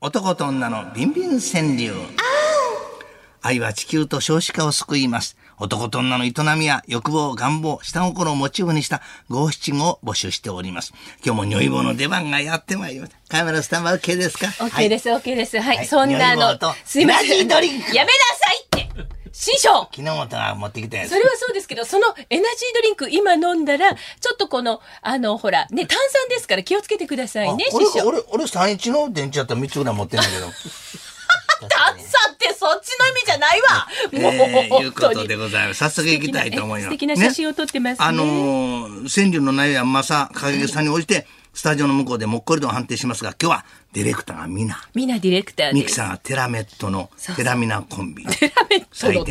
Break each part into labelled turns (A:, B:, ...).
A: コトンなのビンビン川柳。愛は地球と少子化を救います。男と女の営みや欲望、願望、下心をモチーフにした五七五を募集しております。今日も如意棒の出番がやってまいりました。カメラスタンバー OK ですか
B: ?OK です、OK です。はい、そんなあの、すいません。やめなさいって師匠
A: 木の本が持ってきたや
B: つ。それはそうですけど、そのエナジードリンク今飲んだら、ちょっとこの、あの、ほら、ね、炭酸ですから気をつけてくださいね、師匠。
A: 俺、俺、三一の電池だったら3つぐらい持ってんだ けど。
B: 炭酸ってそっちの意味じゃないわ。
A: もう、えー、いうことでございます。早速行きたいと思います。素
B: 敵な写真を撮ってますね。
A: あの川柳の内容はまさ、影さんに応じて、スタジオの向こうでもっこりと判定しますが、今日はディレクターがミナ。
B: ミナディレクター
A: ミキサーがテラメットのテラミナコンビ。
B: テラメットの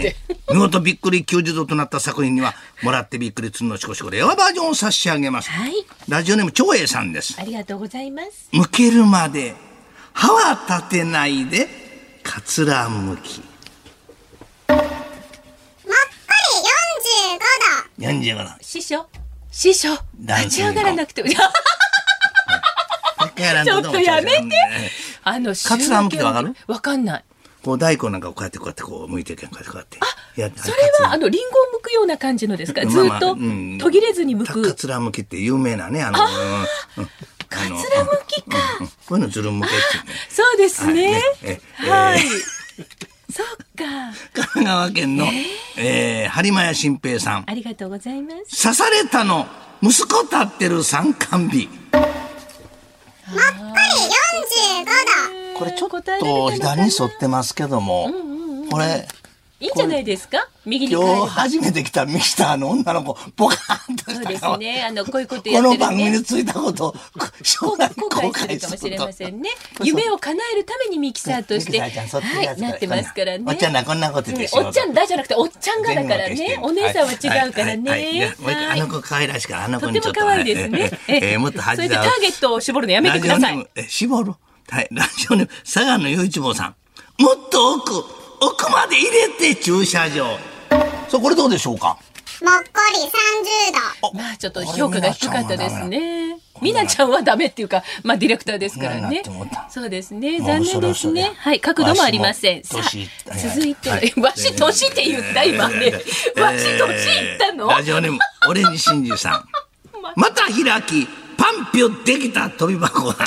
A: 見事びっくり90度となった作品には、もらってびっくりつんのしこしこレアバージョンを差し上げます。
B: はい。
A: ラジオネーム長英さんです。
B: ありがとうございます。
A: 向けるまで、歯は立てないで、かつらむき。
C: もっこ
A: 45度。
C: り
A: 45度。
B: 師匠。師匠。立ち上がらなく て。 ちょっとやめて。あの、
A: カツラむきわかる
B: わかんない。
A: こう大根なんかこうやってこうやってこう向いてるやんかこうやって
B: やそれはあのリンゴを剥くような感じのですかずっと途切れずに剥く
A: カツラむきって有名なねあの
B: カツラむきか
A: こういうのずるむけ
B: そうですねはいそっか
A: 神奈川県のえ播磨屋新平さん
B: ありがとうございます
A: 刺されたの息子立ってる三冠日
C: もっこり45
A: 度。これちょっと左に沿ってますけども、これ。
B: いいんじゃないですか右に
A: 今日初めて来たミキターの女の子、ポカーンと
B: そうですね。あの、こういうこと
A: やってる、ね、この番組についたことを、将来後
B: 悔するかもしれませんね。夢を叶えるためにミキサーとして、はい、なってますからね。
A: おっちゃんな、こんなこと言って
B: おっちゃんだじゃなくて、おっちゃんがだからね。お姉さんは違うからね。
A: あの子可愛らしく、あの子
B: にとても可愛いですね。
A: え、もっと
B: 恥それでターゲットを絞るのやめてください。
A: 絞るはい。ラジオネーム、佐賀の洋一坊さん。もっと奥奥まで入れて駐車場。さあ、これどうでしょうか
C: もっこり
B: 30度。まあ、ちょっと評価が低かったですね。みなちゃんはダメっていうか、まあ、ディレクターですからね。そうですね。残念ですね。はい。角度もありません。さあ、続いて、 わし年って言った今ね。わし年言ったの
A: ラジオネーム、オレンジ真珠さん。 また開き、パンピョできた飛 び箱だ。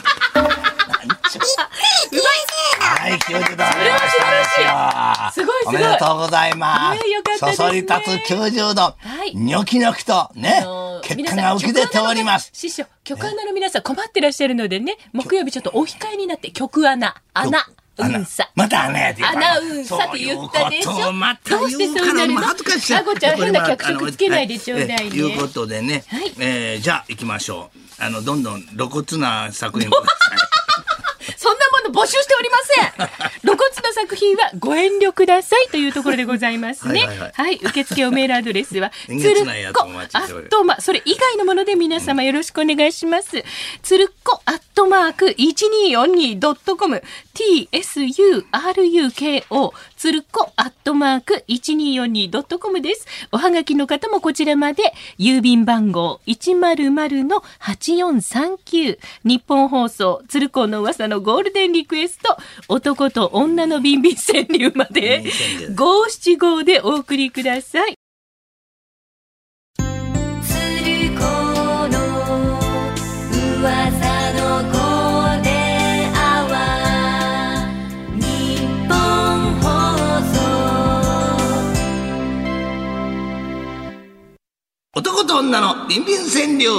A: はい、90度。それ
B: は素晴らしい。すごいすごい。お
A: めでとうございます。
B: ね、よかった
A: そそり立つ90度。ニョキニョキとね、結果が浮き出ております。
B: 師匠、曲穴の皆さん困ってらっしゃるのでね、木曜日ちょっとお控えになって、曲穴、穴。うんさ。
A: また穴やで。
B: 穴うんさって言ったでしょ。
A: また
B: どうしてそうなるの
A: 恥ずかしい。
B: あごちゃん変な脚色つけないでちょうだいね。
A: いうことでね、えじゃあ行きましょう。あの、どんどん露骨な作品
B: そんなもの募集しておりませ ん。露骨な作品はご遠慮くださいというところでございますね。はい受付おメールアドレスは、
A: つるっこ、
B: アットマ、それ以外のもので皆様よろしくお願いします。つるっこ、アットマーク、1242.com、tsuruko、つるっこ、アットマーク、1242.com です。おはがきの方もこちらまで、郵便番号100-8439、日本放送、つるこの噂のゴールデンリクエスト、男と女のビンビン川柳まで、五七五でお送りください。
A: 男と女のビンビン川柳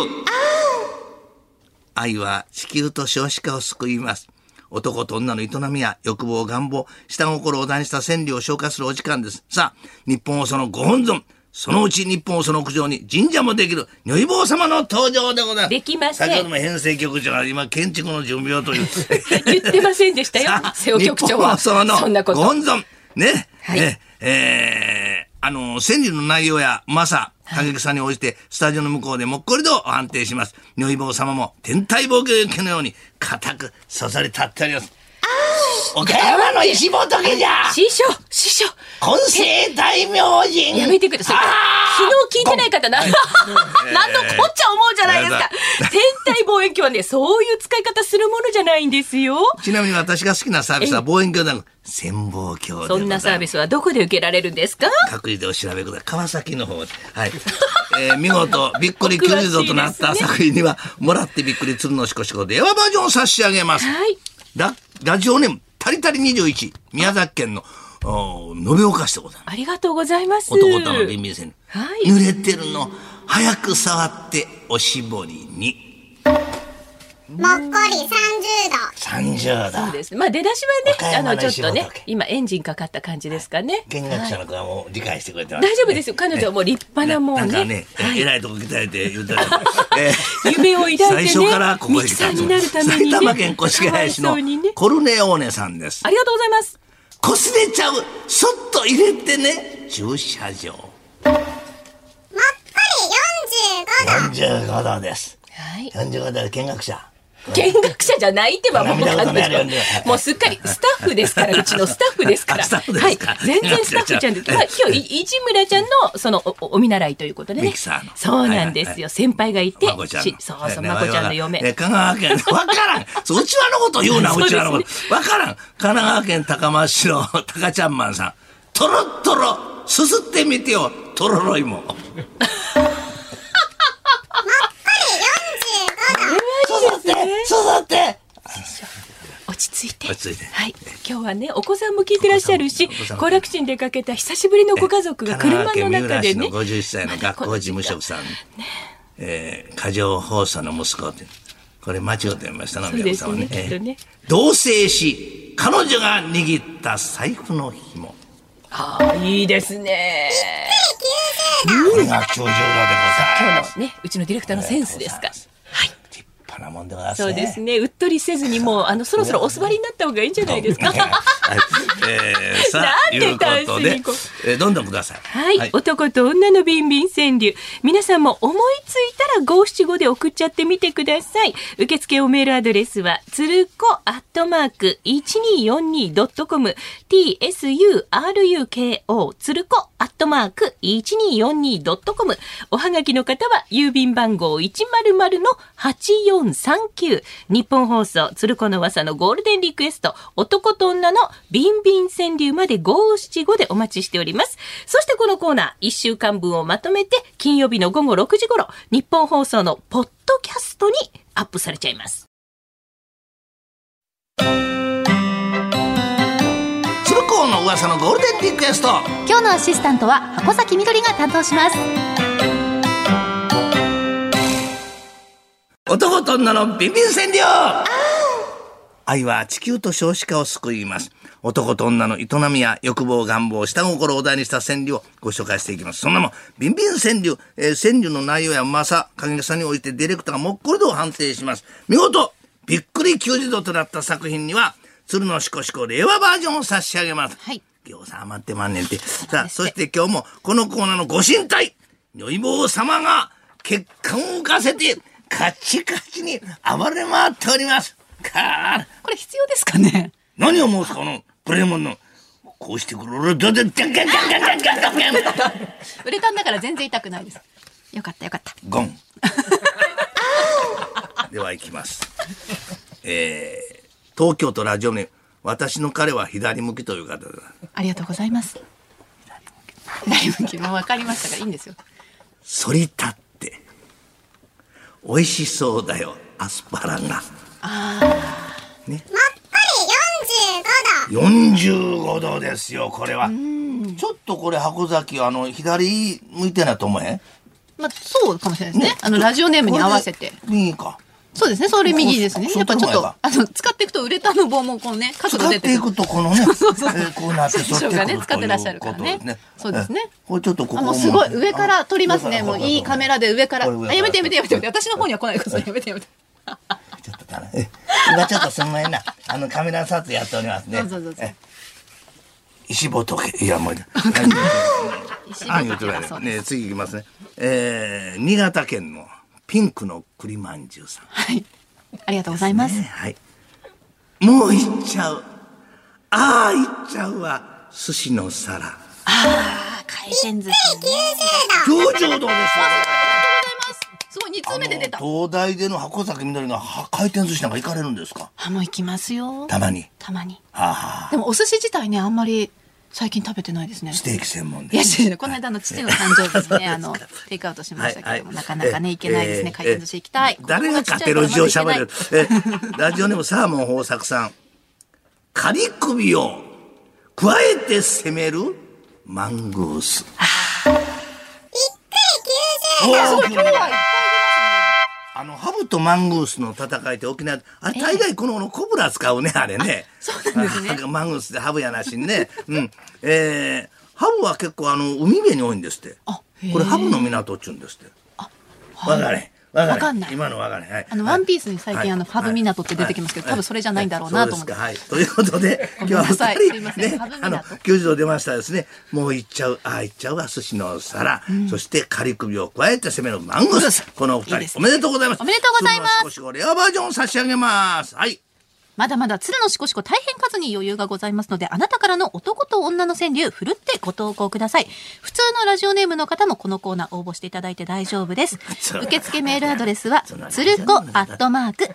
A: 愛は地球と少子化を救います。男と女の営みや欲望、願望、下心を断した川柳を紹介するお時間です。さあ、日本をそのご本尊、そのうち日本をその屋上に神社もできる、如意坊様の登場でございます。
B: できません。
A: 先ほども編成局長は今、建築の準備をという。
B: 言ってませんでしたよ、瀬尾局長は。
A: 日本放送のご本尊、ね、
B: はい、ね、
A: えー、あの、川柳の内容や、まさ、過激さに応じて、スタジオの向こうでもっこりと判定します。如意棒様も天体望遠鏡のように固く刺され立っております。岡山の石仏じゃ
B: 師匠、師師匠
A: 混成大明神
B: やめてください。昨日聞いてない方な、 なんのこっちゃ思うじゃないですか。天体望遠鏡はね、そういう使い方するものじゃないんですよ。
A: ちなみに私が好きなサービスは望遠鏡だ潜望鏡
B: そんなサービスはどこで受けられるんですか
A: 各自でお調べください。川崎の方で。はい。えー、見事、びっくり90度となった作品には、もらってびっくり鶴のしこしこ電話バージョンを差し上げます。はい。ララジオネーム、たりたり21、宮崎県の、延岡市でございます。
B: ありがとうございます。
A: 男とのビンビン戦。はい、濡れてるの、早く触っておしぼりに。
C: もっこり
A: 30度。30
B: 度。そうですね。まあ出だしはね、あの、ちょっとね、今エンジンかかった感じですかね。
A: 見学者の子はもう理解してくれて
B: ます、大丈夫ですよ。彼女はもう立派なもんね。
A: なんかね、偉いとこ鍛えて言 うたら、
B: 夢を抱いて
A: 最初からここへ
B: 来た。になるため
A: 埼玉県越谷市のコルネオーネさんです。
B: ありがとうございます。
A: こすれちゃう。そっと入れてね。駐車場。もっ
C: こ
A: 45
C: り
A: 度。45度です。はい。45度見学者。
B: 見学者じゃないってばもうもうすっかりスタッフです から、うちのスタッフですから。はい。全然スタッフちゃんです。まあ今日、市村ちゃんのそのお見習いということでね。そうなんですよ。先輩がいて、そうそう、まこちゃんの嫁。
A: 香川県、 わからん。そう、うちわのこと言うな、うちわのこと。わからん。神奈川県高松市の高ちゃんマンさん。とろとろ、すすってみてよ、とろろいも。
B: 落ち着いて。はい。今日はね、お子さんも聞いてらっしゃるし、行楽地に出かけた久しぶりのご家族が車の中でね。
A: 五十歳の学校事務職さん。ええ、過剰放送の息子これ間違ってましたな、皆さんね。同棲し、彼女が握った財布の紐。
B: ああ、いいですね。
A: これが頂上でござい
B: ます。今日のね、うちのディレクターのセンスですか。はい。
A: ね、
B: そうです ね。うっとりせずにもう、あの、そろそろお座りになった方がいいんじゃないです か。はい、
A: えー、さあ、なんで単身にこえー、どんどんください。
B: はい。はい、男と女のビンビン川柳。皆さんも思いついたら五七五で送っちゃってみてください。受付おメールアドレスは、つるこアットマーク 1242.com、tsuruko つるこアットマーク 1242.com。おはがきの方は、郵便番号100の84 439日本放送鶴子の噂のゴールデンリクエスト男と女のビンビン川柳まで575でお待ちしておりますそしてこのコーナー1週間分をまとめて金曜日の午後6時頃日本放送のポッドキャストにアップされちゃいます
A: 鶴子の噂のゴールデンリクエスト
D: 今日のアシスタントは箱崎みどりが担当します
A: 男と女のビンビン占領愛は地球と少子化を救います。男と女の営みや欲望、願望、下心をお題にした川柳をご紹介していきます。そんなもん、ビンビン川柳、えー、川柳の内容やうまさ、影げさにおいてディレクターがもっこり度を判定します。見事、びっくり90度となった作品には、鶴のしこしこ令和バージョンを差し上げます。はい。餃子余ってまんねんて。さあ、そして今日も、このコーナーのご神体、如意棒様が、血管を浮かせて、カチカチに暴れ回っております。
B: これ必要ですかね
A: 何を申すかのプレモンの。こうしてくる。どで、じゃんけんじゃんけんじゃんけんじゃんけん。
D: ウレタンだから全然痛くないです。よかったよかった。
A: ゴ ン。では行きます。えー、東京都ラジオネーム、私の彼は左向きという方だ。
D: ありがとうございます。左向き。もう分かりましたからいいんですよ。
A: 反り立って。美味しそうだよアスパラが。
C: あね。もっこり
A: 45度。45度ですよこれは。ちょっとこれ箱崎あの左向いてないと思え。
D: まあそうかもしれないですね。ねあのラジオネームに合わせて。
A: 右か。
D: そうですね。それ右ですね。やっぱちょっと、あの、使っていくとウレタンの棒もこうね、
A: 角が出て使っていくとこのね、
D: そうそうそう。
A: こうなって取ってくる
D: という使ってらっしゃるからね。そうですね。
A: これちょっとここ
D: も。すごい、上から撮りますね。もういいカメラで上から。あ、やめてやめてやめてやめて。私の方には来ないことやめてやめて。
A: ちょっとだね。今ちょっとその辺な、あの、カメラ撮影やっておりますね。そうそうそう。石仏、いやもう、
D: 石仏。
A: ね、次いきますね。えー、新潟県の。ピンクの栗まんじゅうさん。
D: はい。ありがとうございます。
A: はい。もう行っちゃう。ああ、行っちゃうわ。寿司の皿。
B: ああ、回転寿司、ね。
A: 表情どうです
D: すごい2通目で出た。
A: 東大での箱崎みどりが回転寿司なんか行かれるんですか
D: あ、もう行きますよ。
A: たまに。
D: たまに。
A: はあ、はあ、
D: でもお寿司自体ね、あんまり最近食べてないですね。
A: ステーキ専門
D: いや、違う違うこの間の父の誕生日にね、あの、テイクアウトしましたけども、なかなかね、いけないですね。回転寿司行きたい。
A: 誰が勝手路上喋る。え、ラジオネームサーモン豊作さん。カリ首を加えて攻めるマンゴース。
C: おー
D: すごい、今日はいっぱい出ますね。
A: あの、ハブとマングースの戦いって沖縄、あれ大概この、のコブラ使うね、あれね。
D: そうなんですね。
A: あマングースでハブやなしにね。うん。えー、ハブは結構あの、海辺に多いんですって。
D: あへー
A: これハブの港っちゅうんですって。
D: は
A: わ
D: い
A: かれ。わかれ。
D: わかんない
A: 今のわかれ。はい。
D: あの
A: はい
D: ワンピースに最近
A: はい
D: あのハブ港って出てきますけど
A: はい
D: 多分それじゃないんだろうなと思って
A: はい。そうですかはいということで、今日は
D: ごめんなさいすい
A: 二
D: ま
A: 人、
D: せん
A: ね
D: ハブ、港
A: あの、救助出ましたですね。もう行っちゃう、ああ行っちゃうは寿司の皿、そして仮首を加えて攻めるマンゴース。このお
D: いい
A: 二
D: で
A: 人、
D: す
A: お
D: ね
A: めでとうございます。
D: おめでとうございます
A: その少しごレアバージョン差し上げます。はい。
D: まだまだ鶴のしこしこ大変数に余裕がございますので、あなたからの男と女の川柳、ふるってご投稿ください。普通のラジオネームの方もこのコーナー応募していただいて大丈夫です
A: そ。う
D: 受付メールアドレスは
A: そんな、
D: つるこアットマーク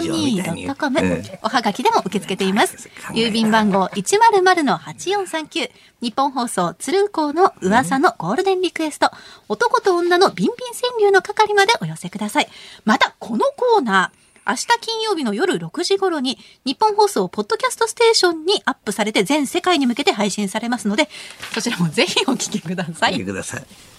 A: え
D: 1242.com
A: え。
D: おはがきでも受け付けています
A: 考。えた
D: 郵便番号100-8439。日本放送、つるこの噂のゴールデンリクエスト。男と女のビンビン川柳の係までお寄せください。また、このコーナー。明日金曜日の夜6時頃に日本放送ポッドキャストステーションにアップされて全世界に向けて配信されますのでそちらもぜひお聞きくださ
A: 見て
D: い。
A: ください。